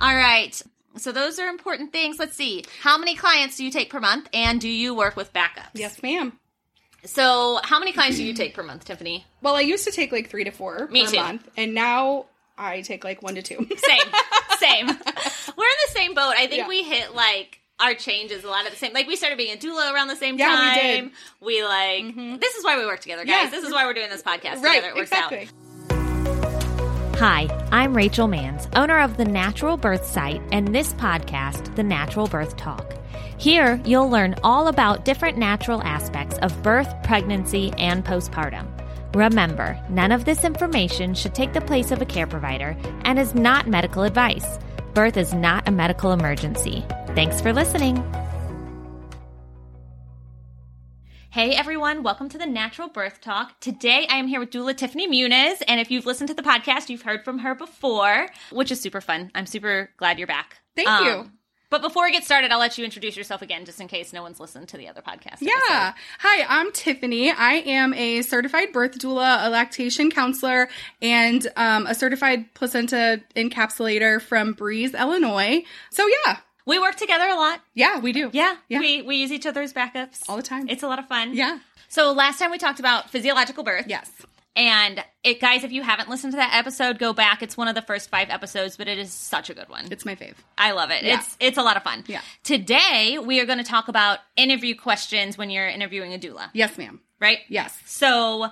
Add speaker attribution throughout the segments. Speaker 1: right. So those are important things. Let's see. How many clients do you take per month and do you work with backups?
Speaker 2: Yes, ma'am.
Speaker 1: So how many clients do you take per month, Tiffany?
Speaker 2: Well, I used to take like three to four
Speaker 1: Me
Speaker 2: per
Speaker 1: too.
Speaker 2: month, and now I take like one to two.
Speaker 1: Same. same. We're in the same boat. I think
Speaker 2: Yeah.
Speaker 1: we hit like our changes a lot of the same. Like we started being a doula around the same
Speaker 2: Yeah, we did. Mm-hmm.
Speaker 1: time. We, like this is why we work together, guys.
Speaker 2: Yeah.
Speaker 1: This is why we're doing this podcast
Speaker 2: right,
Speaker 1: together. It works out.
Speaker 2: exactly.
Speaker 3: Hi, I'm Rachel Manns, owner of The Natural Birth Site and this podcast, The Natural Birth Talk. Here, you'll learn all about different natural aspects of birth, pregnancy, and postpartum. Remember, none of this information should take the place of a care provider and is not medical advice. Birth is not a medical emergency. Thanks for listening.
Speaker 1: Hey everyone, welcome to the Natural Birth Talk. Today I am here with doula Tiffany Muniz, and if you've listened to the podcast, you've heard from her before, which is super fun. I'm super glad you're back. Um,
Speaker 2: Thank you.
Speaker 1: But before we get started, I'll let you introduce yourself again just in case no one's listened to the other podcast.
Speaker 2: Yeah. Hi, I'm Tiffany. I am a certified birth doula, a lactation counselor, and um, a certified placenta encapsulator from Breeze, Illinois. So, yeah.
Speaker 1: We work together a lot.
Speaker 2: Yeah, we do.
Speaker 1: Yeah.
Speaker 2: Yeah.
Speaker 1: We we use each other as backups.
Speaker 2: All the time.
Speaker 1: It's a lot of fun.
Speaker 2: yeah.
Speaker 1: So last time we talked about physiological birth.
Speaker 2: Yes.
Speaker 1: And it guys, if you haven't listened to that episode, go back. It's one of the first five episodes, but it is such a good one.
Speaker 2: It's my fave.
Speaker 1: I love it. It's it's a lot of fun.
Speaker 2: Yeah.
Speaker 1: Today we are going to talk about interview questions when you're interviewing a doula,
Speaker 2: Yes, ma'am.
Speaker 1: right?
Speaker 2: Yes.
Speaker 1: So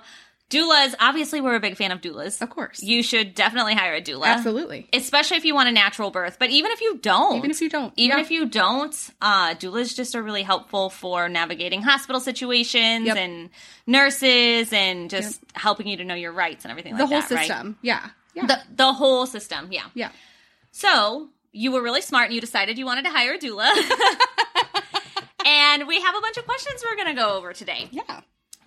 Speaker 1: doulas, obviously, we're a big fan of doulas.
Speaker 2: Of course.
Speaker 1: you should definitely hire a doula,
Speaker 2: Absolutely.
Speaker 1: especially if you want a natural birth. But even if you don't,
Speaker 2: Even if you don't.
Speaker 1: even
Speaker 2: Yeah.
Speaker 1: if you don't, uh, doulas just are really helpful for navigating hospital situations
Speaker 2: Yep.
Speaker 1: and nurses and just helping you to know your rights and everything
Speaker 2: the
Speaker 1: like
Speaker 2: whole
Speaker 1: that. right?
Speaker 2: system. Yeah. Yeah.
Speaker 1: The, the whole system, yeah.
Speaker 2: yeah.
Speaker 1: So you were really smart and you decided you wanted to hire a doula. and we have a bunch of questions we're going to go over today.
Speaker 2: Yeah.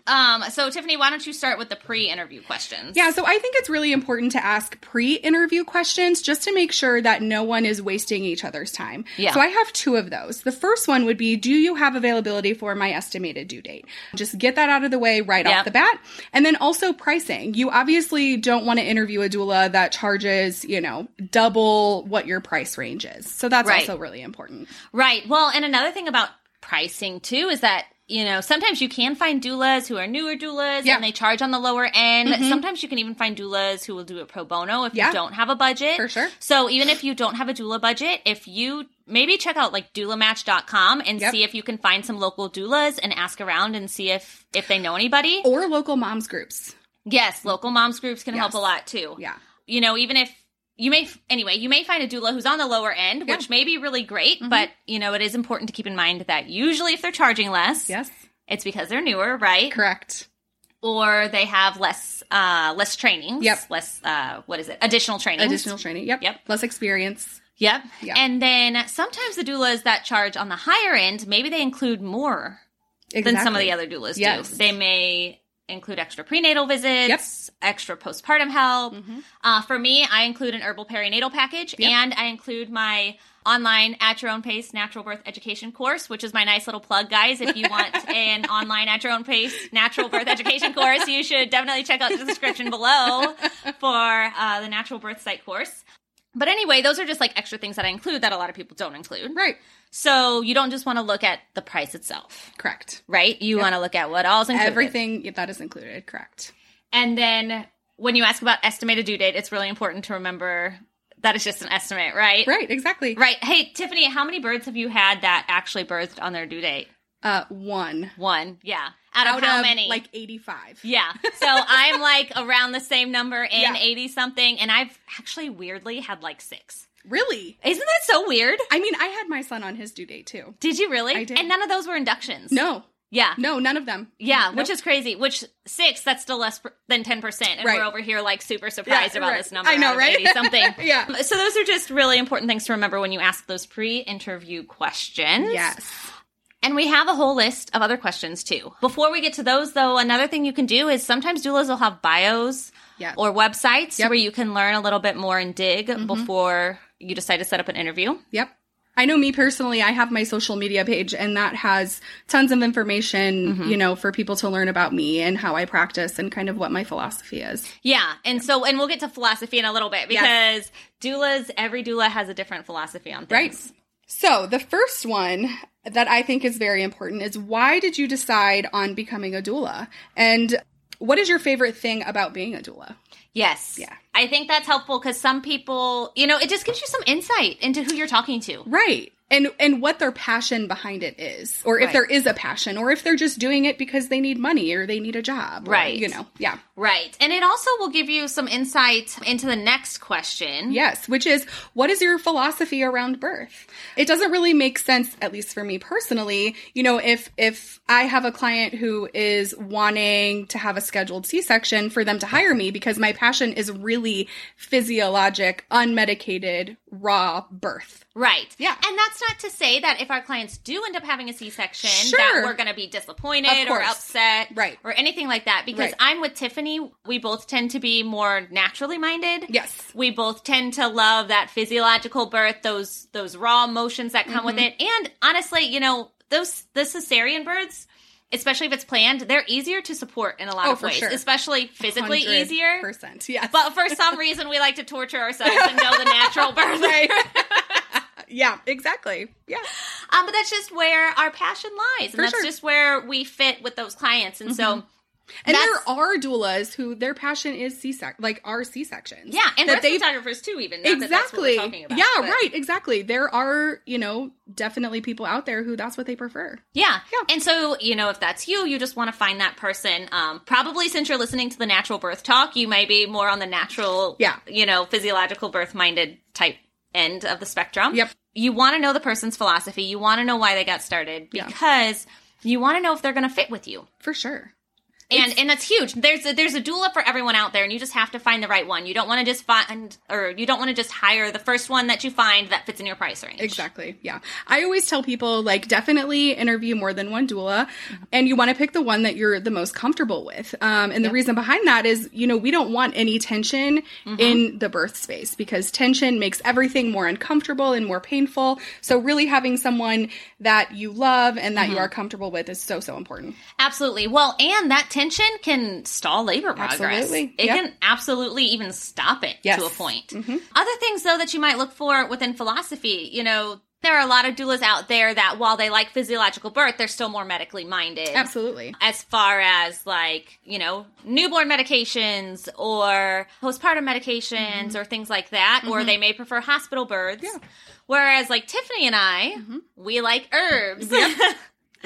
Speaker 1: Um, so, Tiffany, why don't you start with the pre interview questions?
Speaker 2: Yeah, so I think it's really important to ask pre interview questions just to make sure that no one is wasting each other's time.
Speaker 1: Yeah.
Speaker 2: So I have two of those. The first one would be Do you have availability for my estimated due date? Just get that out of the way right
Speaker 1: Yeah.
Speaker 2: off the bat. And then also pricing. You obviously don't want to interview a doula that charges, you know, double what your price range is. So that's
Speaker 1: Right.
Speaker 2: also really important.
Speaker 1: Right. Well, and another thing about pricing, too, is that. You know, sometimes you can find doulas who are newer doulas
Speaker 2: Yeah. Mm-hmm.
Speaker 1: and they charge on the lower end. Sometimes you can even find doulas who will do it pro bono if
Speaker 2: Yeah.
Speaker 1: you don't have a budget.
Speaker 2: For sure.
Speaker 1: So even if you don't have a doula budget, if you maybe check out like doulamatch.com and
Speaker 2: Yep.
Speaker 1: see if you can find some local doulas and ask around and see if if they know anybody.
Speaker 2: Or local moms groups.
Speaker 1: Yes, local moms groups can help
Speaker 2: Yes.
Speaker 1: a lot too.
Speaker 2: Yeah.
Speaker 1: You know, even if you may anyway, you may find a doula who's on the lower end,
Speaker 2: Yeah. Mm-hmm.
Speaker 1: which may be really great, but you know, it is important to keep in mind that usually if they're charging less,
Speaker 2: Yes.
Speaker 1: it's because they're newer, right?
Speaker 2: Correct.
Speaker 1: Or they have less uh less trainings.
Speaker 2: Yep.
Speaker 1: Less uh what is it? Additional trainings.
Speaker 2: Additional training. Yep.
Speaker 1: Yep.
Speaker 2: Less experience.
Speaker 1: Yep.
Speaker 2: Yeah.
Speaker 1: And then sometimes the doulas that charge on the higher end, maybe they include more than some of the
Speaker 2: Exactly.
Speaker 1: other doulas
Speaker 2: Yes.
Speaker 1: do. They may include extra prenatal visits, extra postpartum help.
Speaker 2: Mm-hmm.
Speaker 1: Uh, for me, I include an herbal perinatal package
Speaker 2: Yep.
Speaker 1: and I include my online at your own pace natural birth education course, which is my nice little plug, guys. If you want an online at your own pace natural birth education course, you should definitely check out the description below for uh, the natural birth site course. But anyway, those are just like extra things that I include that a lot of people don't include.
Speaker 2: Right.
Speaker 1: So you don't just want to look at the price itself
Speaker 2: Correct.
Speaker 1: right? You want to look at what all's included.
Speaker 2: Everything yeah, that is included, correct.
Speaker 1: And then when you ask about estimated due date, it's really important to remember that it's just an estimate, right?
Speaker 2: Right, exactly.
Speaker 1: Right. Hey, Tiffany, how many birds have you had that actually birthed on their due date?
Speaker 2: Uh, one
Speaker 1: One. Yeah. Out of
Speaker 2: Out
Speaker 1: how many?
Speaker 2: Like eighty-five.
Speaker 1: yeah. So I'm like around the same number in
Speaker 2: Yeah.
Speaker 1: 80 something, and I've actually weirdly had like six.
Speaker 2: Really?
Speaker 1: Isn't that so weird?
Speaker 2: I mean, I had my son on his due date too.
Speaker 1: Did you really?
Speaker 2: I did.
Speaker 1: And none of those were inductions.
Speaker 2: No,
Speaker 1: Yeah.
Speaker 2: no, none of them.
Speaker 1: Yeah, which is crazy. Which six? That's still less pr- than ten percent, and
Speaker 2: Right.
Speaker 1: we're over here like super surprised
Speaker 2: Yeah,
Speaker 1: about
Speaker 2: right.
Speaker 1: this number.
Speaker 2: I know,
Speaker 1: out of
Speaker 2: right?
Speaker 1: 80 something.
Speaker 2: Yeah.
Speaker 1: So those are just really important things to remember when you ask those pre-interview questions.
Speaker 2: Yes.
Speaker 1: And we have a whole list of other questions too. Before we get to those, though, another thing you can do is sometimes doulas will have bios
Speaker 2: Yeah.
Speaker 1: or websites
Speaker 2: Yep. Mm-hmm.
Speaker 1: where you can learn a little bit more and dig before you decide to set up an interview.
Speaker 2: Yep. I know me personally, I have my social media page and that has tons of information,
Speaker 1: Mm-hmm.
Speaker 2: you know, for people to learn about me and how I practice and kind of what my philosophy is.
Speaker 1: Yeah. And so, and we'll get to philosophy in a little bit because
Speaker 2: Yes.
Speaker 1: doulas, every doula has a different philosophy on
Speaker 2: Right.
Speaker 1: things.
Speaker 2: So, the first one that I think is very important is why did you decide on becoming a doula? And what is your favorite thing about being a doula?
Speaker 1: Yes.
Speaker 2: Yeah.
Speaker 1: I think that's helpful because some people, you know, it just gives you some insight into who you're talking to.
Speaker 2: Right. And and what their passion behind it is, or if
Speaker 1: Right.
Speaker 2: there is a passion, or if they're just doing it because they need money or they need a job. or,
Speaker 1: Right.
Speaker 2: you know. Yeah.
Speaker 1: Right. And it also will give you some insight into the next question.
Speaker 2: Yes, which is what is your philosophy around birth? It doesn't really make sense at least for me personally, you know, if if I have a client who is wanting to have a scheduled C-section for them to hire me because my passion is really physiologic, unmedicated, raw birth.
Speaker 1: Right.
Speaker 2: Yeah.
Speaker 1: And that's not to say that if our clients do end up having a C-section, that
Speaker 2: Sure.
Speaker 1: we're going to be
Speaker 2: Of
Speaker 1: disappointed or
Speaker 2: course.
Speaker 1: upset,
Speaker 2: Right.
Speaker 1: or anything like that. Because
Speaker 2: Right.
Speaker 1: I'm with Tiffany. We both tend to be more naturally minded.
Speaker 2: Yes.
Speaker 1: We both tend to love that physiological birth, those those raw emotions that come with
Speaker 2: Mm-hmm.
Speaker 1: it, and honestly, you know, those the cesarean births. Especially if it's planned, they're easier to support in a lot
Speaker 2: Oh,
Speaker 1: of
Speaker 2: for
Speaker 1: ways.
Speaker 2: sure.
Speaker 1: Especially physically
Speaker 2: 100%,
Speaker 1: easier.
Speaker 2: Yes.
Speaker 1: But for some reason, we like to torture ourselves and go the natural birth.
Speaker 2: right. yeah, exactly. Yeah.
Speaker 1: Um, but that's just where our passion lies, and
Speaker 2: For
Speaker 1: that's
Speaker 2: sure. Mm-hmm.
Speaker 1: just where we fit with those clients. And so,
Speaker 2: And
Speaker 1: That's-
Speaker 2: there are doulas who their passion is C-section, like are C-sections.
Speaker 1: yeah, and
Speaker 2: that
Speaker 1: birth
Speaker 2: they
Speaker 1: photographers too, even not that that's what we're
Speaker 2: exactly.
Speaker 1: talking about,
Speaker 2: yeah,
Speaker 1: but-
Speaker 2: right. Exactly. There are, you know, definitely people out there who that's what they prefer.
Speaker 1: Yeah.
Speaker 2: Yeah.
Speaker 1: And so, you know, if that's you, you just want to find that person. Um, probably since you're listening to the natural birth talk, you might be more on the natural,
Speaker 2: Yeah.
Speaker 1: you know, physiological birth minded type end of the spectrum.
Speaker 2: Yep.
Speaker 1: You want to know the person's philosophy. You want to know why they got started
Speaker 2: Yeah.
Speaker 1: because you want to know if they're going to fit with you.
Speaker 2: For sure.
Speaker 1: and and that's huge. There's a, there's a doula for everyone out there, and you just have to find the right one. You don't want to just find or you don't want to just hire the first one that you find that fits in your price range.
Speaker 2: Exactly. Yeah. I always tell people like definitely interview more than one doula
Speaker 1: Mm-hmm.
Speaker 2: and you want to pick the one that you're the most comfortable with. Um, and the reason behind that is, you know, we don't want any tension
Speaker 1: Mm-hmm.
Speaker 2: in the birth space because tension makes everything more uncomfortable and more painful. So really having someone that you love and that you
Speaker 1: Mm-hmm.
Speaker 2: are comfortable with is so, so important.
Speaker 1: Absolutely. Well, and that tension can stall labor progress.
Speaker 2: Absolutely.
Speaker 1: It
Speaker 2: Yep.
Speaker 1: can absolutely even stop it
Speaker 2: Yes. Mm-hmm.
Speaker 1: to a point. Other things though that you might look for within philosophy, you know, there are a lot of doulas out there that while they like physiological birth, they're still more medically minded.
Speaker 2: Absolutely.
Speaker 1: as far as like you know newborn medications or postpartum medications
Speaker 2: Mm-hmm.
Speaker 1: or things like that or they may prefer hospital births whereas like tiffany and i
Speaker 2: Mm-hmm.
Speaker 1: we like herbs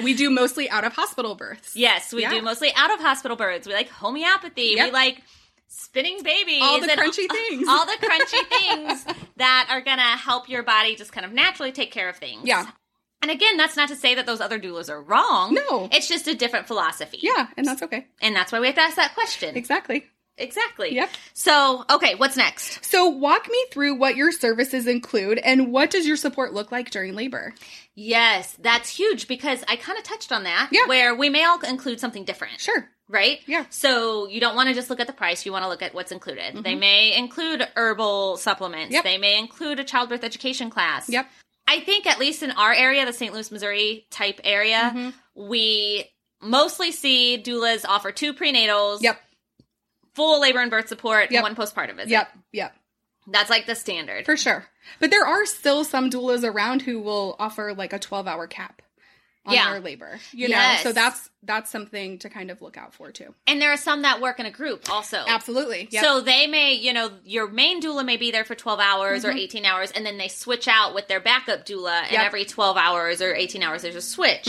Speaker 2: We do mostly out of hospital births.
Speaker 1: yes we
Speaker 2: Yeah.
Speaker 1: do mostly out of hospital births we like homeopathy we
Speaker 2: Yep.
Speaker 1: like spinning babies
Speaker 2: All the
Speaker 1: and
Speaker 2: crunchy things.
Speaker 1: all the crunchy things that are gonna help your body just kind of naturally take care of things
Speaker 2: Yeah.
Speaker 1: and again that's not to say that those other doulas are wrong
Speaker 2: No.
Speaker 1: it's just a different philosophy
Speaker 2: Yeah, and that's okay.
Speaker 1: and that's why we have to ask that question
Speaker 2: Exactly.
Speaker 1: Exactly.
Speaker 2: Yep.
Speaker 1: So, okay, what's next?
Speaker 2: So, walk me through what your services include and what does your support look like during labor?
Speaker 1: Yes, that's huge because I kind of touched on that.
Speaker 2: Yeah.
Speaker 1: Where we may all include something different.
Speaker 2: Sure.
Speaker 1: Right?
Speaker 2: Yeah. Mm-hmm.
Speaker 1: So you don't want to just look at the price, you want to look at what's included. They may include herbal supplements.
Speaker 2: Yep.
Speaker 1: They may include a childbirth education class.
Speaker 2: Yep.
Speaker 1: I think at least in our area, the St. Louis, Missouri type area,
Speaker 2: Mm-hmm.
Speaker 1: we mostly see doulas offer two prenatals,
Speaker 2: Yep.
Speaker 1: full labor and birth support,
Speaker 2: Yep.
Speaker 1: and one postpartum visit.
Speaker 2: Yep. Yep.
Speaker 1: That's like the standard.
Speaker 2: For sure. But there are still some doulas around who will offer like a 12-hour cap on
Speaker 1: Yeah.
Speaker 2: their labor. You
Speaker 1: Yes.
Speaker 2: know, so that's that's something to kind of look out for too.
Speaker 1: And there are some that work in a group also.
Speaker 2: Absolutely. Yep.
Speaker 1: Oh. So they may, you know, your main doula may be there for 12 hours or 18 hours, and then they switch out with their backup doula, and
Speaker 2: Mm-hmm. Yep. Mm-hmm.
Speaker 1: every 12 hours or 18 hours, there's a switch.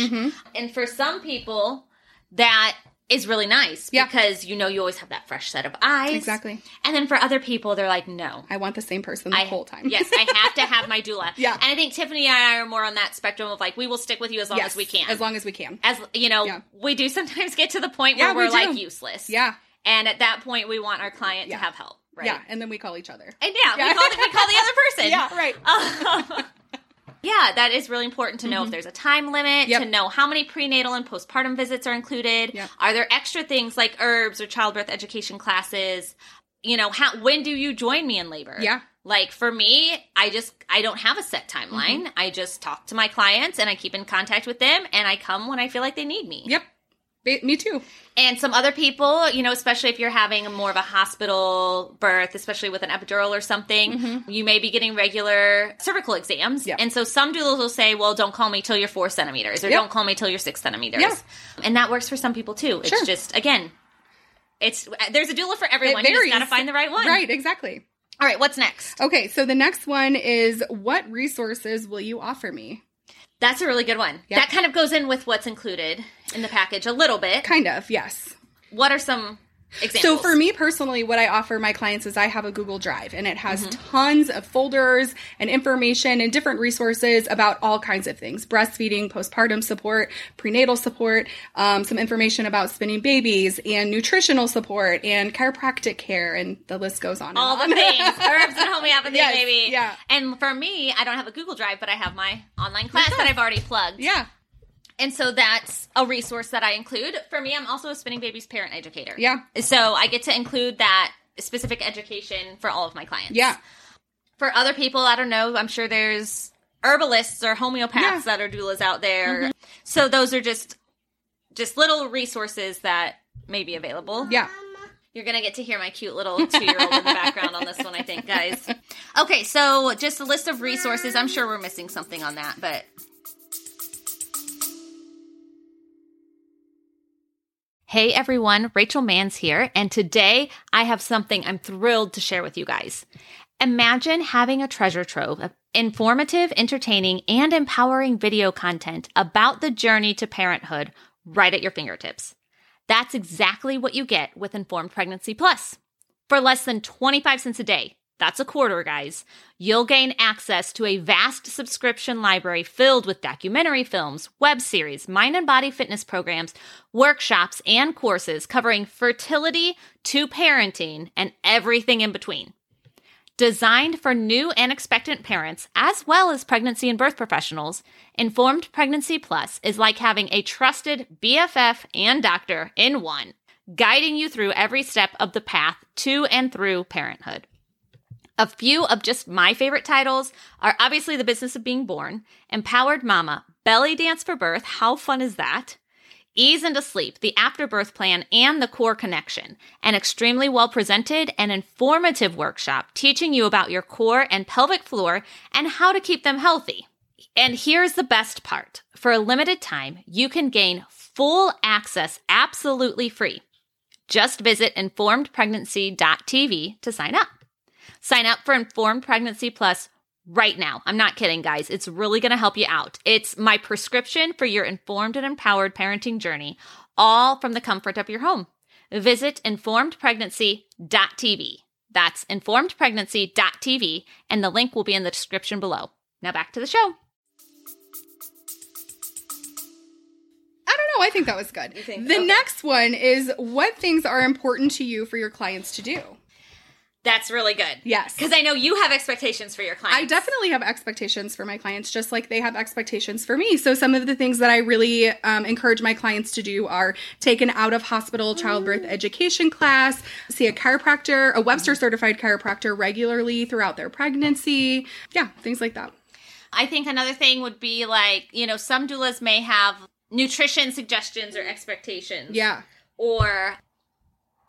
Speaker 1: And for some people, that is really nice
Speaker 2: Yeah.
Speaker 1: because you know you always have that fresh set of eyes.
Speaker 2: Exactly.
Speaker 1: And then for other people, they're like, no.
Speaker 2: I want the same person the
Speaker 1: I-
Speaker 2: whole time.
Speaker 1: yes, I have to have my doula.
Speaker 2: Yeah.
Speaker 1: And I think Tiffany and I are more on that spectrum of like, we will stick with you as long
Speaker 2: Yes,
Speaker 1: as we can.
Speaker 2: As long as we can.
Speaker 1: as you know,
Speaker 2: Yeah.
Speaker 1: we do sometimes get to the point where
Speaker 2: Yeah, we
Speaker 1: we're
Speaker 2: do.
Speaker 1: like useless.
Speaker 2: Yeah.
Speaker 1: And at that point, we want our client
Speaker 2: Yeah.
Speaker 1: to have help, right?
Speaker 2: Yeah, and then we call each other.
Speaker 1: And yeah, We,
Speaker 2: Yeah.
Speaker 1: call the, we call the other person.
Speaker 2: Yeah, right. Mm-hmm.
Speaker 1: Um, yeah, that is really important to know if there's a time limit,
Speaker 2: Yep.
Speaker 1: to know how many prenatal and postpartum visits are included.
Speaker 2: Yep.
Speaker 1: Are there extra things like herbs or childbirth education classes? You know, how, when do you join me in labor?
Speaker 2: Yeah.
Speaker 1: Like for me, I just I don't have a set timeline.
Speaker 2: Mm-hmm.
Speaker 1: I just talk to my clients and I keep in contact with them and I come when I feel like they need me.
Speaker 2: Yep. Ba- Me too.
Speaker 1: And some other people, you know, especially if you're having a more of a hospital birth, especially with an epidural or something, you may be getting regular cervical exams.
Speaker 2: Mm-hmm. Yeah.
Speaker 1: And so some doulas will say, well, don't call me till you're four centimeters or
Speaker 2: Yep.
Speaker 1: don't call me till you're six centimeters.
Speaker 2: Yeah.
Speaker 1: And that works for some people too. It's
Speaker 2: Sure.
Speaker 1: just, again, it's there's a doula for everyone.
Speaker 2: It
Speaker 1: You just
Speaker 2: varies.
Speaker 1: got to find the right one.
Speaker 2: Right, exactly.
Speaker 1: All right, what's next?
Speaker 2: Okay, so the next one is what resources will you offer me?
Speaker 1: That's a really good one.
Speaker 2: Yeah.
Speaker 1: That kind of goes in with what's included in the package a little bit.
Speaker 2: Kind of, yes.
Speaker 1: What are some examples?
Speaker 2: So for me personally, what I offer my clients is I have a Google Drive and it has
Speaker 1: Mm-hmm.
Speaker 2: tons of folders and information and different resources about all kinds of things: breastfeeding, postpartum support, prenatal support, um, some information about spinning babies, and nutritional support and chiropractic care, and the list goes on. and
Speaker 1: all
Speaker 2: on.
Speaker 1: the things herbs and homeopathy
Speaker 2: Yes,
Speaker 1: baby
Speaker 2: yeah.
Speaker 1: and for me i don't have a google drive but i have my online class that i've already plugged
Speaker 2: yeah,
Speaker 1: and so that's a resource that i include for me i'm also a spinning babies parent educator
Speaker 2: Yeah.
Speaker 1: so i get to include that specific education for all of my clients
Speaker 2: yeah,
Speaker 1: for other people i don't know i'm sure there's herbalists or homeopaths
Speaker 2: Yeah. Mm-hmm.
Speaker 1: that are doulas out there so those are just just little resources that may be available
Speaker 2: yeah.
Speaker 1: you're gonna get to hear my cute little two year old in the background on this one, I think, guys. Okay, so just a list of resources. I'm sure we're missing something on that, but Hey everyone, Rachel Manns here, and today I have something I'm thrilled to share with you guys. Imagine having a treasure trove of informative, entertaining, and empowering video content about the journey to parenthood right at your fingertips. That's exactly what you get with Informed Pregnancy Plus. For less than 25 cents a day, that's a quarter, guys, you'll gain access to a vast subscription library filled with documentary films, web series, mind and body fitness programs, workshops, and courses covering fertility to parenting and everything in between. Designed for new and expectant parents, as well as pregnancy and birth professionals, Informed Pregnancy Plus is like having a trusted BFF and doctor in one, guiding you through every step of the path to and through parenthood. A few of just my favorite titles are obviously The Business of Being Born, Empowered Mama, Belly Dance for Birth, How Fun Is That? Ease into Sleep, The Afterbirth Plan, and The Core Connection, an extremely well presented and informative workshop teaching you about your core and pelvic floor and how to keep them healthy. And here's the best part for a limited time, you can gain full access absolutely free. Just visit informedpregnancy.tv to sign up. Sign up for Informed Pregnancy Plus right now. I'm not kidding, guys. It's really going to help you out. It's my prescription for your informed and empowered parenting journey, all from the comfort of your home. Visit informedpregnancy.tv. That's informedpregnancy.tv, and the link will be in the description below. Now back to the show.
Speaker 2: I don't know. I think that was good.
Speaker 1: think-
Speaker 2: the
Speaker 1: okay.
Speaker 2: next one is what things are important to you for your clients to do.
Speaker 1: That's really good.
Speaker 2: Yes.
Speaker 1: Because I know you have expectations for your clients.
Speaker 2: I definitely have expectations for my clients, just like they have expectations for me. So, some of the things that I really um, encourage my clients to do are take an out of hospital childbirth
Speaker 1: Mm.
Speaker 2: education class, see a chiropractor, a Webster certified chiropractor regularly throughout their pregnancy. Yeah, things like that.
Speaker 1: I think another thing would be like, you know, some doulas may have nutrition suggestions or expectations.
Speaker 2: Yeah.
Speaker 1: Or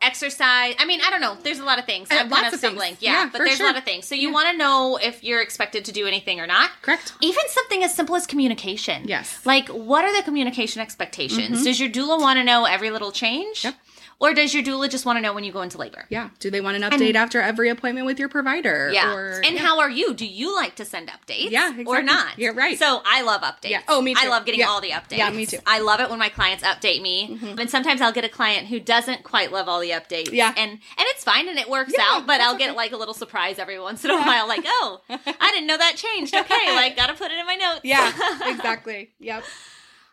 Speaker 1: exercise. I mean, I don't know. There's a lot of things.
Speaker 2: Uh,
Speaker 1: I'm
Speaker 2: lots
Speaker 1: kind of
Speaker 2: of things.
Speaker 1: stumbling. Yeah,
Speaker 2: Yeah,
Speaker 1: but
Speaker 2: for
Speaker 1: there's
Speaker 2: sure.
Speaker 1: a lot of things. So you want to know if you're expected to do anything or not.
Speaker 2: Correct.
Speaker 1: Even something as simple as communication.
Speaker 2: Yes. Mm-hmm.
Speaker 1: Like, what are the communication expectations? Does your doula want to know every little change?
Speaker 2: Yep.
Speaker 1: Or does your doula just want to know when you go into labor?
Speaker 2: Yeah. Do they want an update after every appointment with your provider?
Speaker 1: Yeah.
Speaker 2: Or,
Speaker 1: and how are you? Do you like to send updates?
Speaker 2: Yeah,
Speaker 1: Or
Speaker 2: exactly.
Speaker 1: not?
Speaker 2: You're right.
Speaker 1: So I love updates.
Speaker 2: Yeah. Oh, me
Speaker 1: I
Speaker 2: too.
Speaker 1: love getting
Speaker 2: Yeah.
Speaker 1: all the updates.
Speaker 2: Yeah, me too. Mm-hmm.
Speaker 1: I love it when my clients update me. And sometimes I'll get a client who doesn't quite love all the updates.
Speaker 2: Yeah.
Speaker 1: And and it's fine and it works
Speaker 2: Yeah,
Speaker 1: out, but
Speaker 2: that's
Speaker 1: I'll get like a little surprise every once in a while, like, oh, I didn't know that changed. Okay, like gotta put it in my notes.
Speaker 2: yeah, exactly. Yep.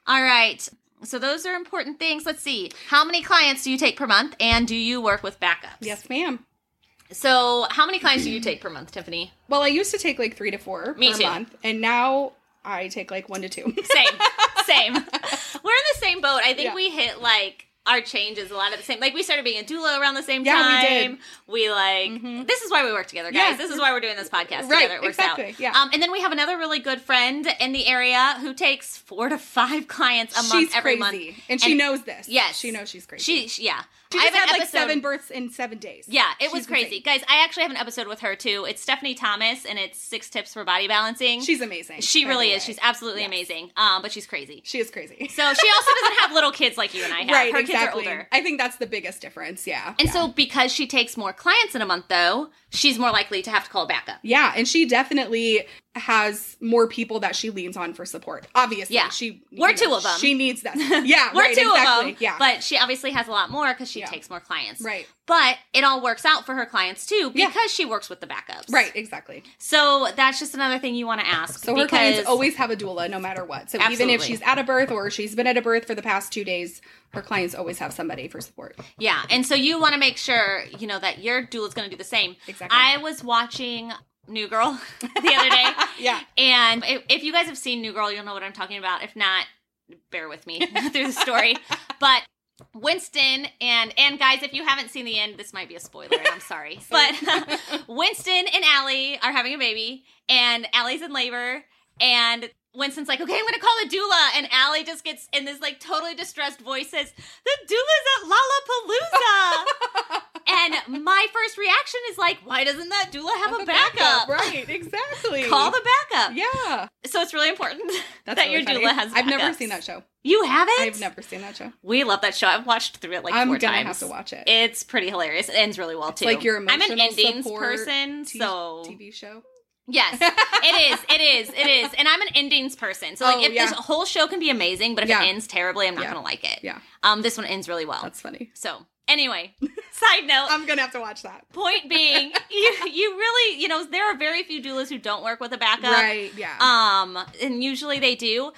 Speaker 1: all right. So those are important things. Let's see. How many clients do you take per month and do you work with backups?
Speaker 2: Yes, ma'am.
Speaker 1: So how many clients do you take per month, Tiffany?
Speaker 2: Well, I used to take like three to four
Speaker 1: Me
Speaker 2: per
Speaker 1: too.
Speaker 2: month, and now I take like one to two.
Speaker 1: Same, same. We're in the same boat. I think
Speaker 2: Yeah.
Speaker 1: we hit like our change is a lot of the same. Like we started being a doula around the same
Speaker 2: Yeah, we did. Mm-hmm.
Speaker 1: time. We, like this is why we work together, guys.
Speaker 2: Yeah.
Speaker 1: This is why we're doing this podcast
Speaker 2: Right,
Speaker 1: together. It works
Speaker 2: exactly,
Speaker 1: out.
Speaker 2: yeah.
Speaker 1: Um, and then we have another really good friend in the area who takes four to five clients a
Speaker 2: she's
Speaker 1: month every
Speaker 2: crazy,
Speaker 1: month,
Speaker 2: and she knows this.
Speaker 1: Yes.
Speaker 2: she knows she's crazy.
Speaker 1: She, she yeah.
Speaker 2: She
Speaker 1: I
Speaker 2: just
Speaker 1: have an
Speaker 2: had like
Speaker 1: episode-
Speaker 2: seven births in seven days.
Speaker 1: Yeah, it was
Speaker 2: She's
Speaker 1: crazy,
Speaker 2: insane.
Speaker 1: guys. I actually have an episode with her too. It's Stephanie Thomas, and it's six tips for body balancing.
Speaker 2: She's amazing.
Speaker 1: she
Speaker 2: by the
Speaker 1: really
Speaker 2: way.
Speaker 1: is. She's absolutely
Speaker 2: Yes.
Speaker 1: amazing. Um, but she's crazy.
Speaker 2: She is crazy.
Speaker 1: So she also doesn't have little kids like you and I have.
Speaker 2: right,
Speaker 1: Her
Speaker 2: exactly.
Speaker 1: kids are older.
Speaker 2: I think that's the biggest difference. Yeah,
Speaker 1: And
Speaker 2: yeah.
Speaker 1: so because she takes more clients in a month though, she's more likely to have to call backup.
Speaker 2: Yeah, and she definitely has more people that she leans on for support. Obviously,
Speaker 1: Yeah.
Speaker 2: she you
Speaker 1: We're two of 'em.
Speaker 2: She needs that. Yeah,
Speaker 1: We're
Speaker 2: right,
Speaker 1: two
Speaker 2: exactly.
Speaker 1: of them,
Speaker 2: Yeah,
Speaker 1: but she obviously has a lot more because she
Speaker 2: Yeah.
Speaker 1: takes more clients.
Speaker 2: right,
Speaker 1: But it all works out for her clients too
Speaker 2: Yeah.
Speaker 1: because she works with the backups.
Speaker 2: right, exactly.
Speaker 1: So that's just another thing you want to ask.
Speaker 2: So her
Speaker 1: because
Speaker 2: clients always have a doula, no matter what. So even if
Speaker 1: Absolutely.
Speaker 2: she's at a birth or she's been at a birth for the past two days, her clients always have somebody for support.
Speaker 1: Yeah, and so you want to make sure you know that your doula's going to do the same.
Speaker 2: Exactly.
Speaker 1: I was watching New Girl the other day,
Speaker 2: yeah,
Speaker 1: and if, if you guys have seen New Girl, you'll know what I'm talking about. If not, bear with me through the story. But Winston and and guys, if you haven't seen the end, this might be a spoiler, and I'm sorry. But Winston and Allie are having a baby, and Allie's in labor, and Winston's like, okay, I'm gonna call a doula, and Allie just gets in this like totally distressed voice says, the doula's at Lollapalooza, and my first reaction is like, why doesn't that doula have, a backup?
Speaker 2: right? Exactly.
Speaker 1: Call the backup.
Speaker 2: yeah.
Speaker 1: So it's really important that
Speaker 2: That's really
Speaker 1: your
Speaker 2: funny.
Speaker 1: doula has.
Speaker 2: I've never
Speaker 1: backups.
Speaker 2: seen that show.
Speaker 1: You haven't?
Speaker 2: I've never seen that show.
Speaker 1: We love that show. I've watched through it like
Speaker 2: I'm
Speaker 1: four
Speaker 2: gonna
Speaker 1: times.
Speaker 2: have to watch it.
Speaker 1: It's pretty hilarious. It ends really well too.
Speaker 2: like your
Speaker 1: I'm an
Speaker 2: emotional
Speaker 1: endings
Speaker 2: support
Speaker 1: person,
Speaker 2: T-
Speaker 1: so
Speaker 2: TV show.
Speaker 1: yes, it is. It is. It is. And I'm an endings person, so like
Speaker 2: Oh,
Speaker 1: if
Speaker 2: yeah.
Speaker 1: this whole show can be amazing, but if
Speaker 2: Yeah.
Speaker 1: it ends terribly, I'm not
Speaker 2: Yeah.
Speaker 1: gonna like it.
Speaker 2: Yeah,
Speaker 1: Um, this one ends really well.
Speaker 2: that's Um, funny.
Speaker 1: so anyway, side note.
Speaker 2: I'm gonna have to watch that.
Speaker 1: point being, you you really you know there are very few doulas who don't work with a backup.
Speaker 2: Right. Yeah.
Speaker 1: Um, and usually they do.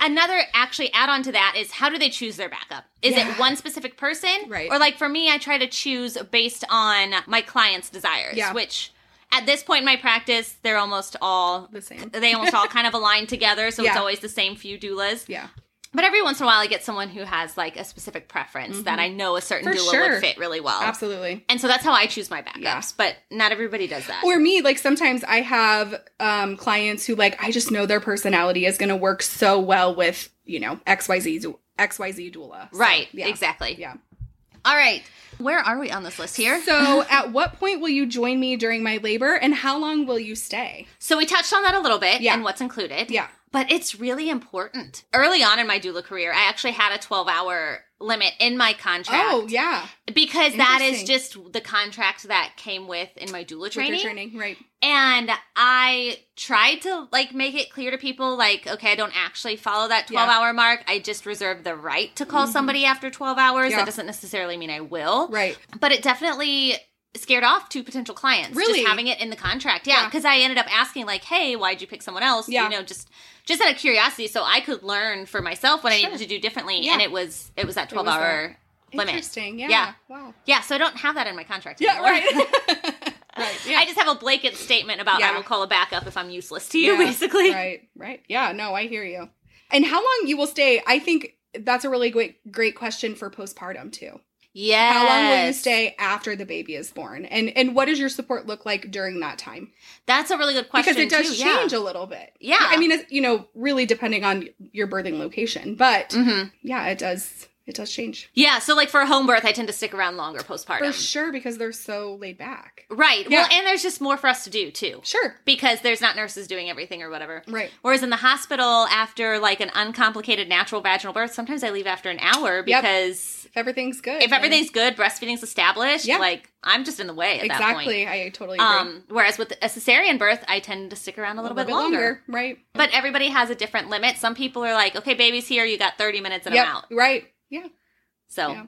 Speaker 1: Another actually add on to that is how do they choose their backup? Is
Speaker 2: Yeah.
Speaker 1: it one specific person?
Speaker 2: Right.
Speaker 1: Or like for me, I try to choose based on my client's desires,
Speaker 2: Yeah.
Speaker 1: which at this point in my practice, they're almost all
Speaker 2: the same.
Speaker 1: they almost all kind of align together, so it's
Speaker 2: Yeah.
Speaker 1: always the same few doulas.
Speaker 2: Yeah.
Speaker 1: But every once in a while, I get someone who has like a specific preference that I know a certain
Speaker 2: Mm-hmm. For
Speaker 1: doula
Speaker 2: sure.
Speaker 1: would fit really well.
Speaker 2: Absolutely.
Speaker 1: And so that's how I choose my backups,
Speaker 2: Yeah.
Speaker 1: but not everybody does that.
Speaker 2: Or me, like sometimes I have um clients who like I just know their personality is gonna work so well with, you know, XYZ du- XYZ doula. So,
Speaker 1: right,
Speaker 2: yeah.
Speaker 1: exactly.
Speaker 2: Yeah.
Speaker 1: All right. Where are we on this list here?
Speaker 2: So at what point will you join me during my labor and how long will you stay?
Speaker 1: So we touched on that a little bit
Speaker 2: Yeah.
Speaker 1: and what's included.
Speaker 2: Yeah.
Speaker 1: But it's really important. Early on in my doula career, I actually had a 12 hour limit in my contract
Speaker 2: Oh yeah.
Speaker 1: because that is
Speaker 2: Interesting.
Speaker 1: just the contract that came with in my doula
Speaker 2: With your
Speaker 1: training.
Speaker 2: training. Right.
Speaker 1: And I tried to like make it clear to people like, okay, I don't actually follow that 12
Speaker 2: Yeah. Mm-hmm.
Speaker 1: hour mark. I just reserve the right to call somebody after 12 hours.
Speaker 2: Yeah.
Speaker 1: That doesn't necessarily mean I will.
Speaker 2: Right.
Speaker 1: But it definitely scared off two potential clients.
Speaker 2: Really?
Speaker 1: Just having it in the contract. Yeah.
Speaker 2: Yeah.
Speaker 1: Because I ended up asking, like, hey, why'd you pick someone else?
Speaker 2: Yeah.
Speaker 1: You know, just just out of curiosity so I could learn for myself what I needed to do differently.
Speaker 2: Yeah.
Speaker 1: And it was it was that
Speaker 2: was
Speaker 1: twelve hour limit.
Speaker 2: Interesting. Yeah.
Speaker 1: Yeah.
Speaker 2: Wow.
Speaker 1: Yeah, so I don't have that in my contract.
Speaker 2: Yeah,
Speaker 1: anymore.
Speaker 2: right. right. Yeah.
Speaker 1: I just have a blanket statement about I
Speaker 2: Yeah.
Speaker 1: will call a backup if I'm useless to you,
Speaker 2: Yeah,
Speaker 1: basically.
Speaker 2: Right, right. Yeah, no, I hear you. And how long you will stay? I think that's a really great great question for postpartum too.
Speaker 1: Yeah.
Speaker 2: How long will you stay after the baby is born? And and what does your support look like during that time?
Speaker 1: That's a really good question.
Speaker 2: because it does
Speaker 1: too, yeah.
Speaker 2: change a little bit.
Speaker 1: Yeah.
Speaker 2: I mean, it's, you know, really depending on your birthing location, but
Speaker 1: Mhm.
Speaker 2: yeah, it does it does change.
Speaker 1: Yeah, so like for a home birth, I tend to stick around longer postpartum.
Speaker 2: For sure because they're so laid back.
Speaker 1: Right. Well,
Speaker 2: Yeah.
Speaker 1: and there's just more for us to do too.
Speaker 2: Sure.
Speaker 1: because there's not nurses doing everything or whatever.
Speaker 2: Right.
Speaker 1: Whereas in the hospital, after like an uncomplicated natural vaginal birth, sometimes I leave after an hour
Speaker 2: Yep.
Speaker 1: because
Speaker 2: If everything's good.
Speaker 1: if everything's good, breastfeeding's established,
Speaker 2: Yeah.
Speaker 1: like I'm just in the way at that point.
Speaker 2: Exactly. I totally agree.
Speaker 1: Um, whereas with a cesarean birth, I tend to stick around a little, bit, longer.
Speaker 2: right?
Speaker 1: But everybody has a different limit. Some people are like, okay, baby's here, you got 30 minutes and
Speaker 2: Yep.
Speaker 1: I'm out.
Speaker 2: Right. Yeah.
Speaker 1: So,
Speaker 2: Yeah.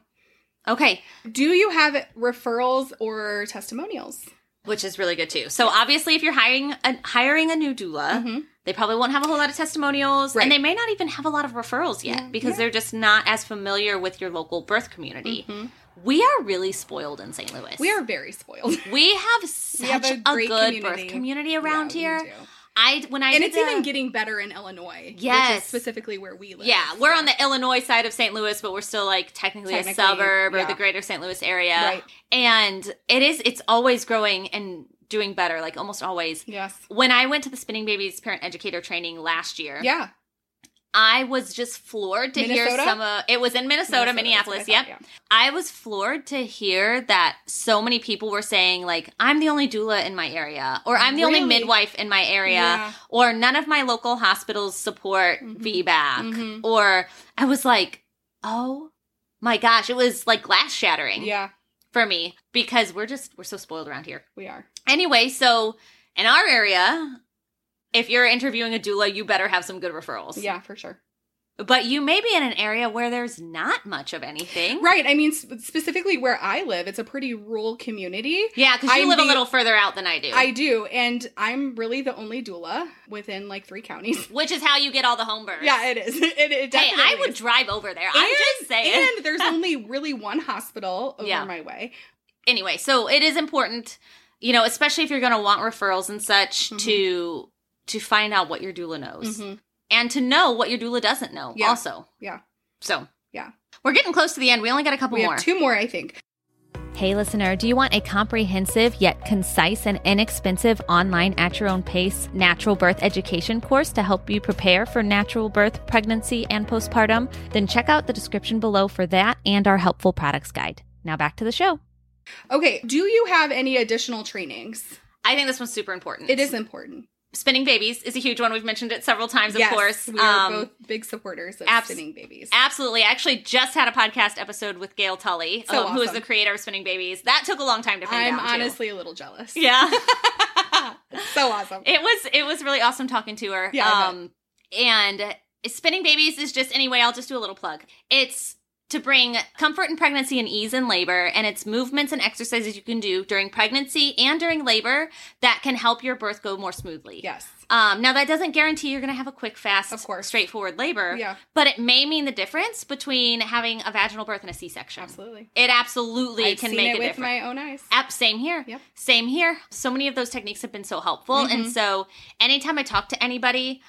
Speaker 1: okay,
Speaker 2: Do you have referrals or testimonials?
Speaker 1: which is really good too. So obviously, if you're hiring a, hiring a new doula,
Speaker 2: Mm-hmm,
Speaker 1: They probably won't have a whole lot of testimonials,
Speaker 2: Right.
Speaker 1: and they may not even have a lot of referrals yet
Speaker 2: Yeah.
Speaker 1: because
Speaker 2: Yeah.
Speaker 1: they're just not as familiar with your local birth community.
Speaker 2: Mhm.
Speaker 1: We are really spoiled in St. Louis.
Speaker 2: We are very spoiled.
Speaker 1: We have such
Speaker 2: have
Speaker 1: a,
Speaker 2: a great
Speaker 1: good
Speaker 2: community.
Speaker 1: birth community around
Speaker 2: Yeah, we
Speaker 1: here.
Speaker 2: do.
Speaker 1: I when I
Speaker 2: and
Speaker 1: did
Speaker 2: it's
Speaker 1: the-
Speaker 2: even getting better in Illinois. which is
Speaker 1: Yes.
Speaker 2: specifically where we live.
Speaker 1: yeah, we're on the Illinois side of St. Louis, but we're still like technically,
Speaker 2: Technically,
Speaker 1: a suburb or
Speaker 2: yeah.
Speaker 1: the greater St. Louis area.
Speaker 2: Right.
Speaker 1: And it is it's always growing and doing better, like almost always.
Speaker 2: Yes.
Speaker 1: When I went to the Spinning Babies parent educator training last year,
Speaker 2: Yeah.
Speaker 1: I was just floored to hear
Speaker 2: Minnesota?
Speaker 1: some of it was in Minnesota,
Speaker 2: Minnesota,
Speaker 1: Minneapolis,
Speaker 2: that's what I
Speaker 1: yep.
Speaker 2: thought,
Speaker 1: I was floored to hear that so many people were saying like I'm the only doula in my area or I'm the only
Speaker 2: Really?
Speaker 1: midwife in my area
Speaker 2: Yeah.
Speaker 1: or none of my local hospitals support
Speaker 2: Mhm.
Speaker 1: VBAC
Speaker 2: Mhm.
Speaker 1: or I was like oh my gosh it was like glass shattering
Speaker 2: Yeah,
Speaker 1: for me because we're just we're so spoiled around here.
Speaker 2: we are.
Speaker 1: Anyway, so in our area if you're interviewing a doula you better have some good referrals.
Speaker 2: Yeah, for sure.
Speaker 1: But you may be in an area where there's not much of anything.
Speaker 2: Right. I mean, sp- specifically where I live, it's a pretty rural community.
Speaker 1: Yeah, because you
Speaker 2: I'm
Speaker 1: live a
Speaker 2: the-
Speaker 1: little further out than I do.
Speaker 2: I do, and I'm really the only doula within like three counties.
Speaker 1: which is how you get all the home births.
Speaker 2: Yeah, it is. It, it
Speaker 1: Hey,
Speaker 2: definitely
Speaker 1: I would
Speaker 2: is.
Speaker 1: drive over there. I'm just saying.
Speaker 2: And there's only really one hospital over
Speaker 1: Yeah.
Speaker 2: my way.
Speaker 1: anyway, so it is important, you know, especially if you're going to want referrals and such
Speaker 2: Mhm.
Speaker 1: to to find out what your doula knows
Speaker 2: Mhm.
Speaker 1: and to know what your doula doesn't know.
Speaker 2: Yeah.
Speaker 1: Also,
Speaker 2: Yeah.
Speaker 1: So
Speaker 2: Yeah.
Speaker 1: we're getting close to the end. We only got a couple
Speaker 2: We
Speaker 1: more.
Speaker 2: have two more, I think.
Speaker 3: Hey, listener, do you want a comprehensive yet concise and inexpensive online at your own pace natural birth education course to help you prepare for natural birth, pregnancy, and postpartum? Then check out the description below for that and our helpful products guide. Now back to the show.
Speaker 2: Okay, do you have any additional trainings?
Speaker 1: I think this one's super important.
Speaker 2: It is important.
Speaker 1: spinning babies is a huge one. We've mentioned it several times, of
Speaker 2: yes,
Speaker 1: course.
Speaker 2: we are
Speaker 1: Um,
Speaker 2: both big supporters of
Speaker 1: abs-
Speaker 2: spinning babies.
Speaker 1: Absolutely. I actually just had a podcast episode with Gail Tully,
Speaker 2: So
Speaker 1: um, who is
Speaker 2: awesome.
Speaker 1: the creator of Spinning Babies. That took a long time to pin
Speaker 2: I'm
Speaker 1: down. too.
Speaker 2: honestly a little jealous.
Speaker 1: Yeah.
Speaker 2: so awesome.
Speaker 1: it was it was really awesome talking to her.
Speaker 2: Yeah, I bet.
Speaker 1: um and Spinning Babies is just anyway, I'll just do a little plug. It's to bring comfort in pregnancy and ease in labor, and it's movements and exercises you can do during pregnancy and during labor that can help your birth go more smoothly.
Speaker 2: yes.
Speaker 1: Um, now that doesn't guarantee you're going to have a quick, fast,
Speaker 2: Of course.
Speaker 1: straightforward labor.
Speaker 2: Yeah.
Speaker 1: But it may mean the difference between having a vaginal birth and a C-section.
Speaker 2: Absolutely.
Speaker 1: It absolutely
Speaker 2: I've
Speaker 1: can
Speaker 2: seen
Speaker 1: make a
Speaker 2: it with
Speaker 1: difference.
Speaker 2: my own eyes.
Speaker 1: App, same here.
Speaker 2: Yep.
Speaker 1: Same here. So many of those techniques have been so helpful. And so anytime I talk to anybody,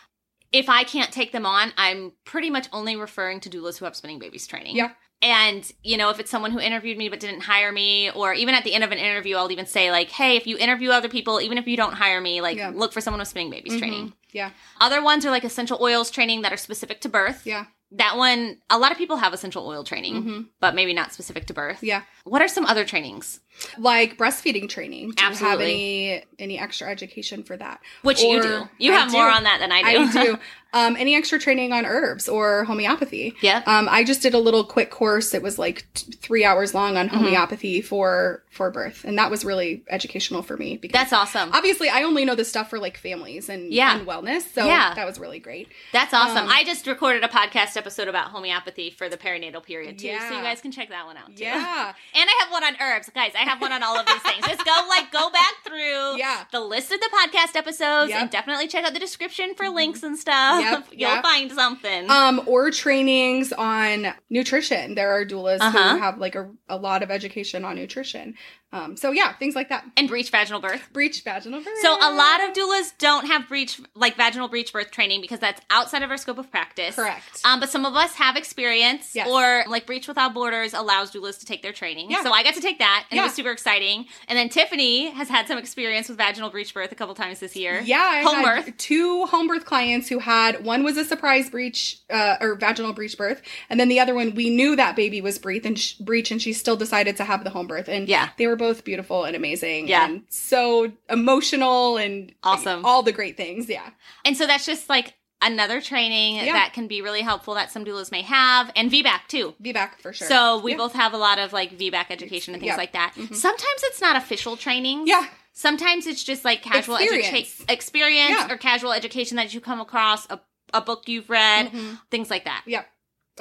Speaker 1: if I can't take them on, I'm pretty much only referring to doulas who have spinning babies training.
Speaker 2: Yeah.
Speaker 1: And, you know, if it's someone who interviewed me but didn't hire me, or even at the end of an interview, I'll even say, like, hey, if you interview other people, even if you don't hire me, like,
Speaker 2: Yeah.
Speaker 1: look for someone with spinning babies training.
Speaker 2: Yeah.
Speaker 1: Other ones are like essential oils training that are specific to birth.
Speaker 2: Yeah.
Speaker 1: That one, a lot of people have essential oil training, but maybe not specific to birth.
Speaker 2: Yeah.
Speaker 1: What are some other trainings?
Speaker 2: Like breastfeeding training. Do
Speaker 1: Absolutely.
Speaker 2: you have any any extra education for that?
Speaker 1: Which you
Speaker 2: Or-
Speaker 1: do. You
Speaker 2: I
Speaker 1: have more
Speaker 2: do.
Speaker 1: on that than I do.
Speaker 2: I do. Um, any extra training on herbs or homeopathy?
Speaker 1: Yep.
Speaker 2: Um, I just did a little quick course. It was like t- three hours long on
Speaker 1: Mm-hmm.
Speaker 2: homeopathy for for birth, and that was really educational for me because
Speaker 1: That's awesome.
Speaker 2: obviously I only know this stuff for like families and
Speaker 1: Yeah.
Speaker 2: and wellness. So
Speaker 1: Yeah.
Speaker 2: that was really great.
Speaker 1: That's awesome.
Speaker 2: um,
Speaker 1: I just recorded a podcast episode about homeopathy for the perinatal period too, so you
Speaker 2: Yeah.
Speaker 1: guys can check that one out too.
Speaker 2: Yeah.
Speaker 1: And I have one on herbs, guys. I have one on all of these things. Just go like go back through
Speaker 2: Yeah.
Speaker 1: the list of the podcast episodes
Speaker 2: Yep. Mm-hmm.
Speaker 1: and definitely check out the description for links and stuff.
Speaker 2: Yep,
Speaker 1: You'll
Speaker 2: yep.
Speaker 1: find something.
Speaker 2: um, or trainings on nutrition. There are doulas
Speaker 1: Uh-huh.
Speaker 2: who have like a, a lot of education on nutrition. Um, so yeah, things like that.
Speaker 1: and breech vaginal birth.
Speaker 2: Breach vaginal birth.
Speaker 1: So a lot of doulas don't have breech like vaginal breech birth training because that's outside of our scope of practice.
Speaker 2: correct.
Speaker 1: Um, but some of us have experience,
Speaker 2: Yes.
Speaker 1: or like Breach Without Borders allows doulas to take their training.
Speaker 2: Yeah.
Speaker 1: So I got to take that, and it
Speaker 2: Yeah.
Speaker 1: was super exciting. And then Tiffany has had some experience with vaginal breech birth a couple times this year.
Speaker 2: yeah, I
Speaker 1: home
Speaker 2: had
Speaker 1: birth.
Speaker 2: two home birth clients who had one was a surprise breach uh, or vaginal breech birth, and then the other one we knew that baby was breech and sh- breech, and she still decided to have the home birth. And
Speaker 1: Yeah.
Speaker 2: they were both beautiful and amazing.
Speaker 1: Yeah.
Speaker 2: and so emotional and
Speaker 1: Awesome.
Speaker 2: All the great things. Yeah,
Speaker 1: And so that's just like another training
Speaker 2: Yeah.
Speaker 1: that can be really helpful that some doulas may have, and VBAC too.
Speaker 2: be back for sure.
Speaker 1: So we
Speaker 2: Yeah. Mm-hmm.
Speaker 1: both have a lot of like VBAC education and things
Speaker 2: Yeah.
Speaker 1: like that. Sometimes it's not official training.
Speaker 2: yeah.
Speaker 1: Sometimes it's just like casual
Speaker 2: Experience.
Speaker 1: education, experience
Speaker 2: Yeah.
Speaker 1: or casual education that you come across a, a book you've read,
Speaker 2: Mm-hmm.
Speaker 1: things like that.
Speaker 2: Yep.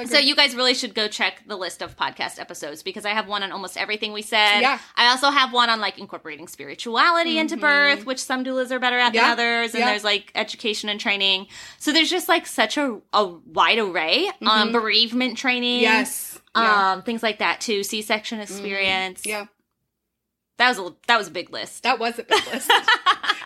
Speaker 1: So you guys really should go check the list of podcast episodes because I have one on almost everything we said.
Speaker 2: Yeah. Mm-hmm.
Speaker 1: I also have one on like incorporating spirituality into birth, which some doulas are better at than
Speaker 2: Yeah.
Speaker 1: others, and
Speaker 2: Yeah.
Speaker 1: there's like education and training. So there's just like such a, a wide array. Um, bereavement training.
Speaker 2: Mm-hmm. yes.
Speaker 1: Um,
Speaker 2: Yeah. Mm-hmm.
Speaker 1: things like that too. C section experience.
Speaker 2: yeah.
Speaker 1: That was a that was a big list.
Speaker 2: That was a big list.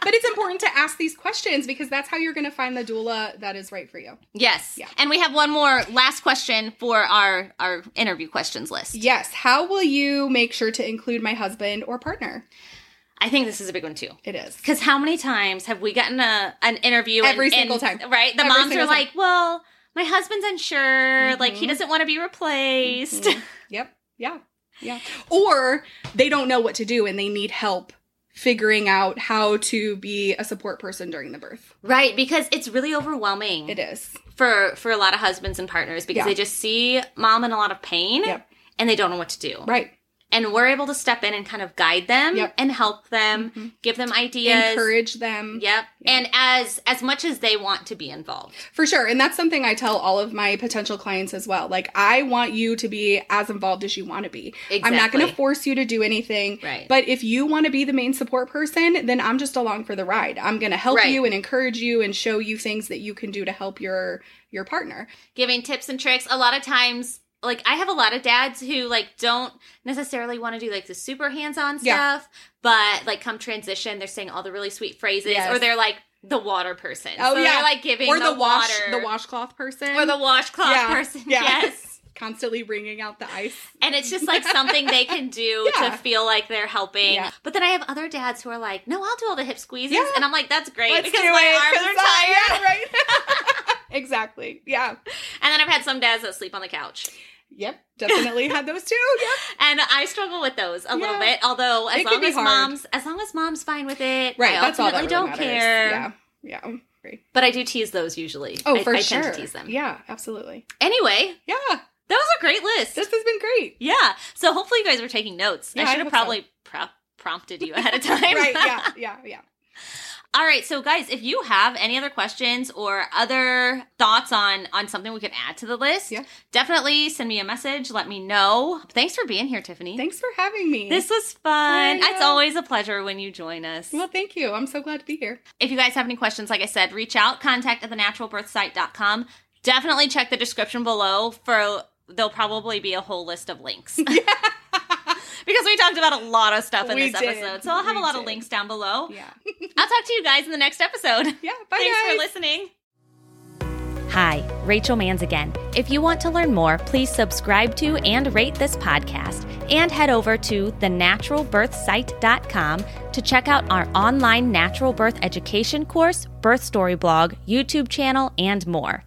Speaker 2: but it's important to ask these questions because that's how you're going to find the doula that is right for you.
Speaker 1: Yes.
Speaker 2: Yeah.
Speaker 1: And we have one more last question for our our interview questions list.
Speaker 2: Yes. How will you make sure to include my husband or partner?
Speaker 1: I think this is a big one too.
Speaker 2: It is.
Speaker 1: Because how many times have we gotten a an interview
Speaker 2: Every single time.
Speaker 1: Right? The
Speaker 2: Every
Speaker 1: moms are
Speaker 2: single
Speaker 1: like, "Well, my husband's unsure. Like he doesn't want to be replaced."
Speaker 2: Yep. Yeah. Yeah. Or they don't know what to do and they need help figuring out how to be a support person during the birth.
Speaker 1: right? Because it's really overwhelming
Speaker 2: It is.
Speaker 1: for for a lot of husbands and partners because
Speaker 2: Yeah.
Speaker 1: they just see mom in a lot of pain
Speaker 2: Yep.
Speaker 1: and they don't know what to do.
Speaker 2: Right.
Speaker 1: And we're able to step in and kind of guide them
Speaker 2: Yep.
Speaker 1: and help them, give them ideas.
Speaker 2: Encourage them.
Speaker 1: Yep. And as as much as they want to be involved.
Speaker 2: For sure. And that's something I tell all of my potential clients as well. Like, I want you to be as involved as you want to be. I'm not going
Speaker 1: Exactly.
Speaker 2: to force you to do anything.
Speaker 1: Right.
Speaker 2: But if you want to be the main support person, then I'm just along for the ride. I'm going to help
Speaker 1: Right.
Speaker 2: you and encourage you and show you things that you can do to help your your partner.
Speaker 1: Giving tips and tricks. A lot of times like I have a lot of dads who like don't necessarily want to do like the super hands-on
Speaker 2: Yeah.
Speaker 1: stuff, but like come transition, they're saying all the really sweet phrases
Speaker 2: Yes.
Speaker 1: or they're like the water person.
Speaker 2: Oh,
Speaker 1: so
Speaker 2: yeah.
Speaker 1: they're like giving
Speaker 2: or
Speaker 1: the,
Speaker 2: the, wash
Speaker 1: water
Speaker 2: the washcloth person
Speaker 1: or the washcloth
Speaker 2: Yeah.
Speaker 1: person.
Speaker 2: Yeah.
Speaker 1: Yes.
Speaker 2: constantly wringing out the ice.
Speaker 1: And it's just like something they can do
Speaker 2: Yeah.
Speaker 1: to feel like they're helping.
Speaker 2: Yeah.
Speaker 1: But then I have other dads who are like, "No, I'll do all the hip squeezes,"
Speaker 2: Yeah.
Speaker 1: and I'm like, "That's great
Speaker 2: Let's
Speaker 1: because
Speaker 2: do
Speaker 1: my
Speaker 2: it,
Speaker 1: arms
Speaker 2: 'cause
Speaker 1: are tired."
Speaker 2: I- yeah, right. exactly. Yeah.
Speaker 1: And then I've had some dads that sleep on the couch,
Speaker 2: Yep. Definitely had those too. Yep.
Speaker 1: and I struggle with those a little
Speaker 2: Yeah.
Speaker 1: bit. Although as
Speaker 2: It can
Speaker 1: long
Speaker 2: be
Speaker 1: as
Speaker 2: hard.
Speaker 1: moms, as long as mom's fine with it,
Speaker 2: Right.
Speaker 1: I
Speaker 2: that's all that
Speaker 1: ultimately
Speaker 2: really
Speaker 1: don't
Speaker 2: matters.
Speaker 1: care.
Speaker 2: Yeah. Yeah. Great.
Speaker 1: But I do tease those usually.
Speaker 2: Oh,
Speaker 1: I,
Speaker 2: for
Speaker 1: I
Speaker 2: sure.
Speaker 1: tend to tease them.
Speaker 2: Yeah, absolutely.
Speaker 1: Anyway,
Speaker 2: Yeah.
Speaker 1: that was a great list.
Speaker 2: This has been great.
Speaker 1: yeah. So hopefully you guys were taking notes.
Speaker 2: Yeah,
Speaker 1: I
Speaker 2: I
Speaker 1: should have
Speaker 2: hope
Speaker 1: probably pro- prompted you ahead of time.
Speaker 2: Right. Yeah. Yeah. Yeah.
Speaker 1: All right, so guys, if you have any other questions or other thoughts on on something we could add to the list,
Speaker 2: Yeah.
Speaker 1: definitely send me a message. Let me know. Thanks for being here, Tiffany.
Speaker 2: Thanks for having me.
Speaker 1: This was fun.
Speaker 2: Yeah, I
Speaker 1: It's
Speaker 2: know.
Speaker 1: always a pleasure when you join us.
Speaker 2: well, thank you. I'm so glad to be here.
Speaker 1: If you guys have any questions, like I said, reach out, contact at thenaturalbirthsite.com. Definitely check the description below for there'll probably be a whole list of links. because we talked about a lot of stuff in
Speaker 2: We
Speaker 1: this
Speaker 2: did.
Speaker 1: episode. So I'll have
Speaker 2: We
Speaker 1: a lot of
Speaker 2: did.
Speaker 1: links down below.
Speaker 2: Yeah.
Speaker 1: I'll talk to you guys in the next episode.
Speaker 2: Yeah. Bye.
Speaker 1: Thanks
Speaker 2: guys.
Speaker 1: for listening.
Speaker 3: Hi, Rachel Manns again. If you want to learn more, please subscribe to and rate this podcast and head over to thenaturalbirthsite.com to check out our online natural birth education course, birth story blog, YouTube channel, and more.